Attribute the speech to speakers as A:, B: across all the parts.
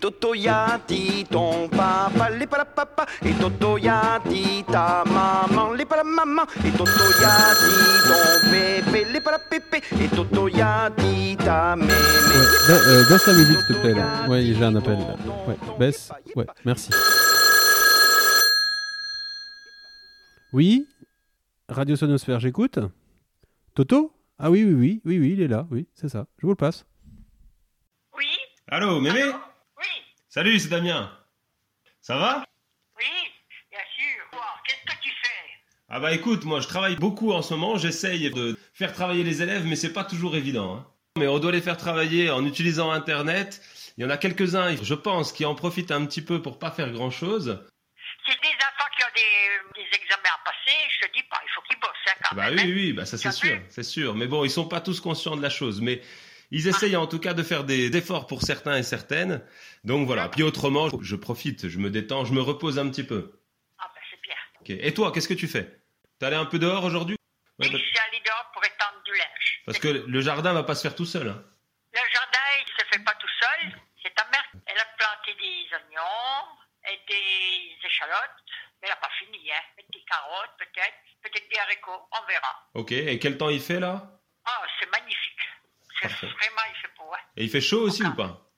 A: Toto ya dit ton papa, les pas la papa. Et Toto ya dit ta maman, les pas la maman. Et Toto ya dit ton bébé, les pas la pépé. Et Toto ya dit ta mémé.
B: Ouais, ba- euh, baisse la musique, s'il te plaît. Là. Ouais, j'ai un appel. Là. Ouais, baisse. Ouais, merci. Oui Radio Sonosphère, j'écoute. Toto Ah oui, oui, oui, oui, oui, il est là. Oui, c'est ça. Je vous le passe.
C: Oui,
D: Allô, mémé
C: oui,
D: Salut, c'est Damien. Ça va
C: oui, bien sûr. Quoi, Qu'est-ce que tu fais
D: Ah bah écoute, moi je travaille beaucoup en ce moment, j'essaye de faire travailler les élèves, mais c'est pas toujours évident. hein. Mais on doit les faire travailler en utilisant Internet. Il y en a quelques-uns, je pense, qui en profitent un petit peu pour pas faire grand-chose.
C: C'est des enfants qui ont des, des examens à passer, je te dis pas, il faut qu'ils bossent hein, quand
D: Ah bah
C: même.
D: oui,
C: hein.
D: oui, bah ça c'est
C: Bien
D: sûr,
C: sûr.
D: c'est sûr. Mais bon, ils sont pas tous conscients de la chose, mais ils essayent en tout cas de faire des efforts pour certains et certaines. Donc voilà. Puis autrement, je profite, je me détends, je me repose un petit peu.
C: Ah bah c'est bien.
D: Ok. Et toi, qu'est-ce que tu fais T'es allé un peu dehors aujourd'hui Ouais,
C: Et je suis allé dehors pour étendre du linge.
D: Parce que le jardin va pas se faire tout seul. hein.
C: Le jardin, il se fait pas tout seul. C'est ta mère. Elle a planté des oignons et des échalotes, mais elle n'a pas fini, hein. Et Des carottes, peut-être, peut-être des haricots, on verra.
D: Ok. Et quel temps il fait là
C: Ah, c'est magnifique. C'est
D: Parfait.
C: vraiment, il fait beau, hein.
D: Et il fait chaud aussi ou pas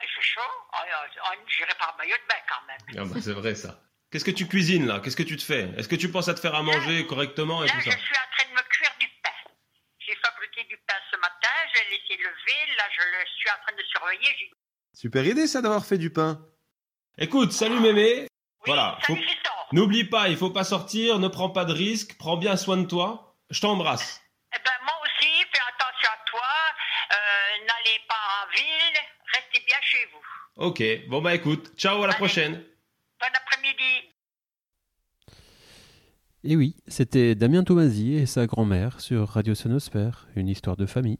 C: Il fait chaud. Oh, oh, oh, J'irai par maillot de bain quand même.
D: Ah bah, C'est vrai ça. Qu'est-ce que tu cuisines là Qu'est-ce que tu te fais Est-ce que tu penses à te faire à manger correctement et
C: Là,
D: tout
C: je
D: ça
C: suis en train de me cuire du pain. J'ai fabriqué du pain ce matin, je l'ai laissé lever, là, je le suis en train de surveiller. J'ai-
E: Super idée ça d'avoir fait du pain.
D: Écoute, salut mémé.
C: Oui,
D: Voilà,
C: salut,
D: faut-
C: Christophe.
D: N'oublie pas, il faut pas sortir, ne prends pas de risques, prends bien soin de toi. Je t'embrasse.
C: Eh ben, moi aussi, fais attention à toi, euh, n'allez pas en ville, restez bien chez vous.
D: Ok, bon bah écoute, ciao à la
C: Allez.
D: prochaine.
C: Bon après-midi.
B: Et oui, c'était Damien Tomasi et sa grand-mère sur Radio Sonosphère, une histoire de famille.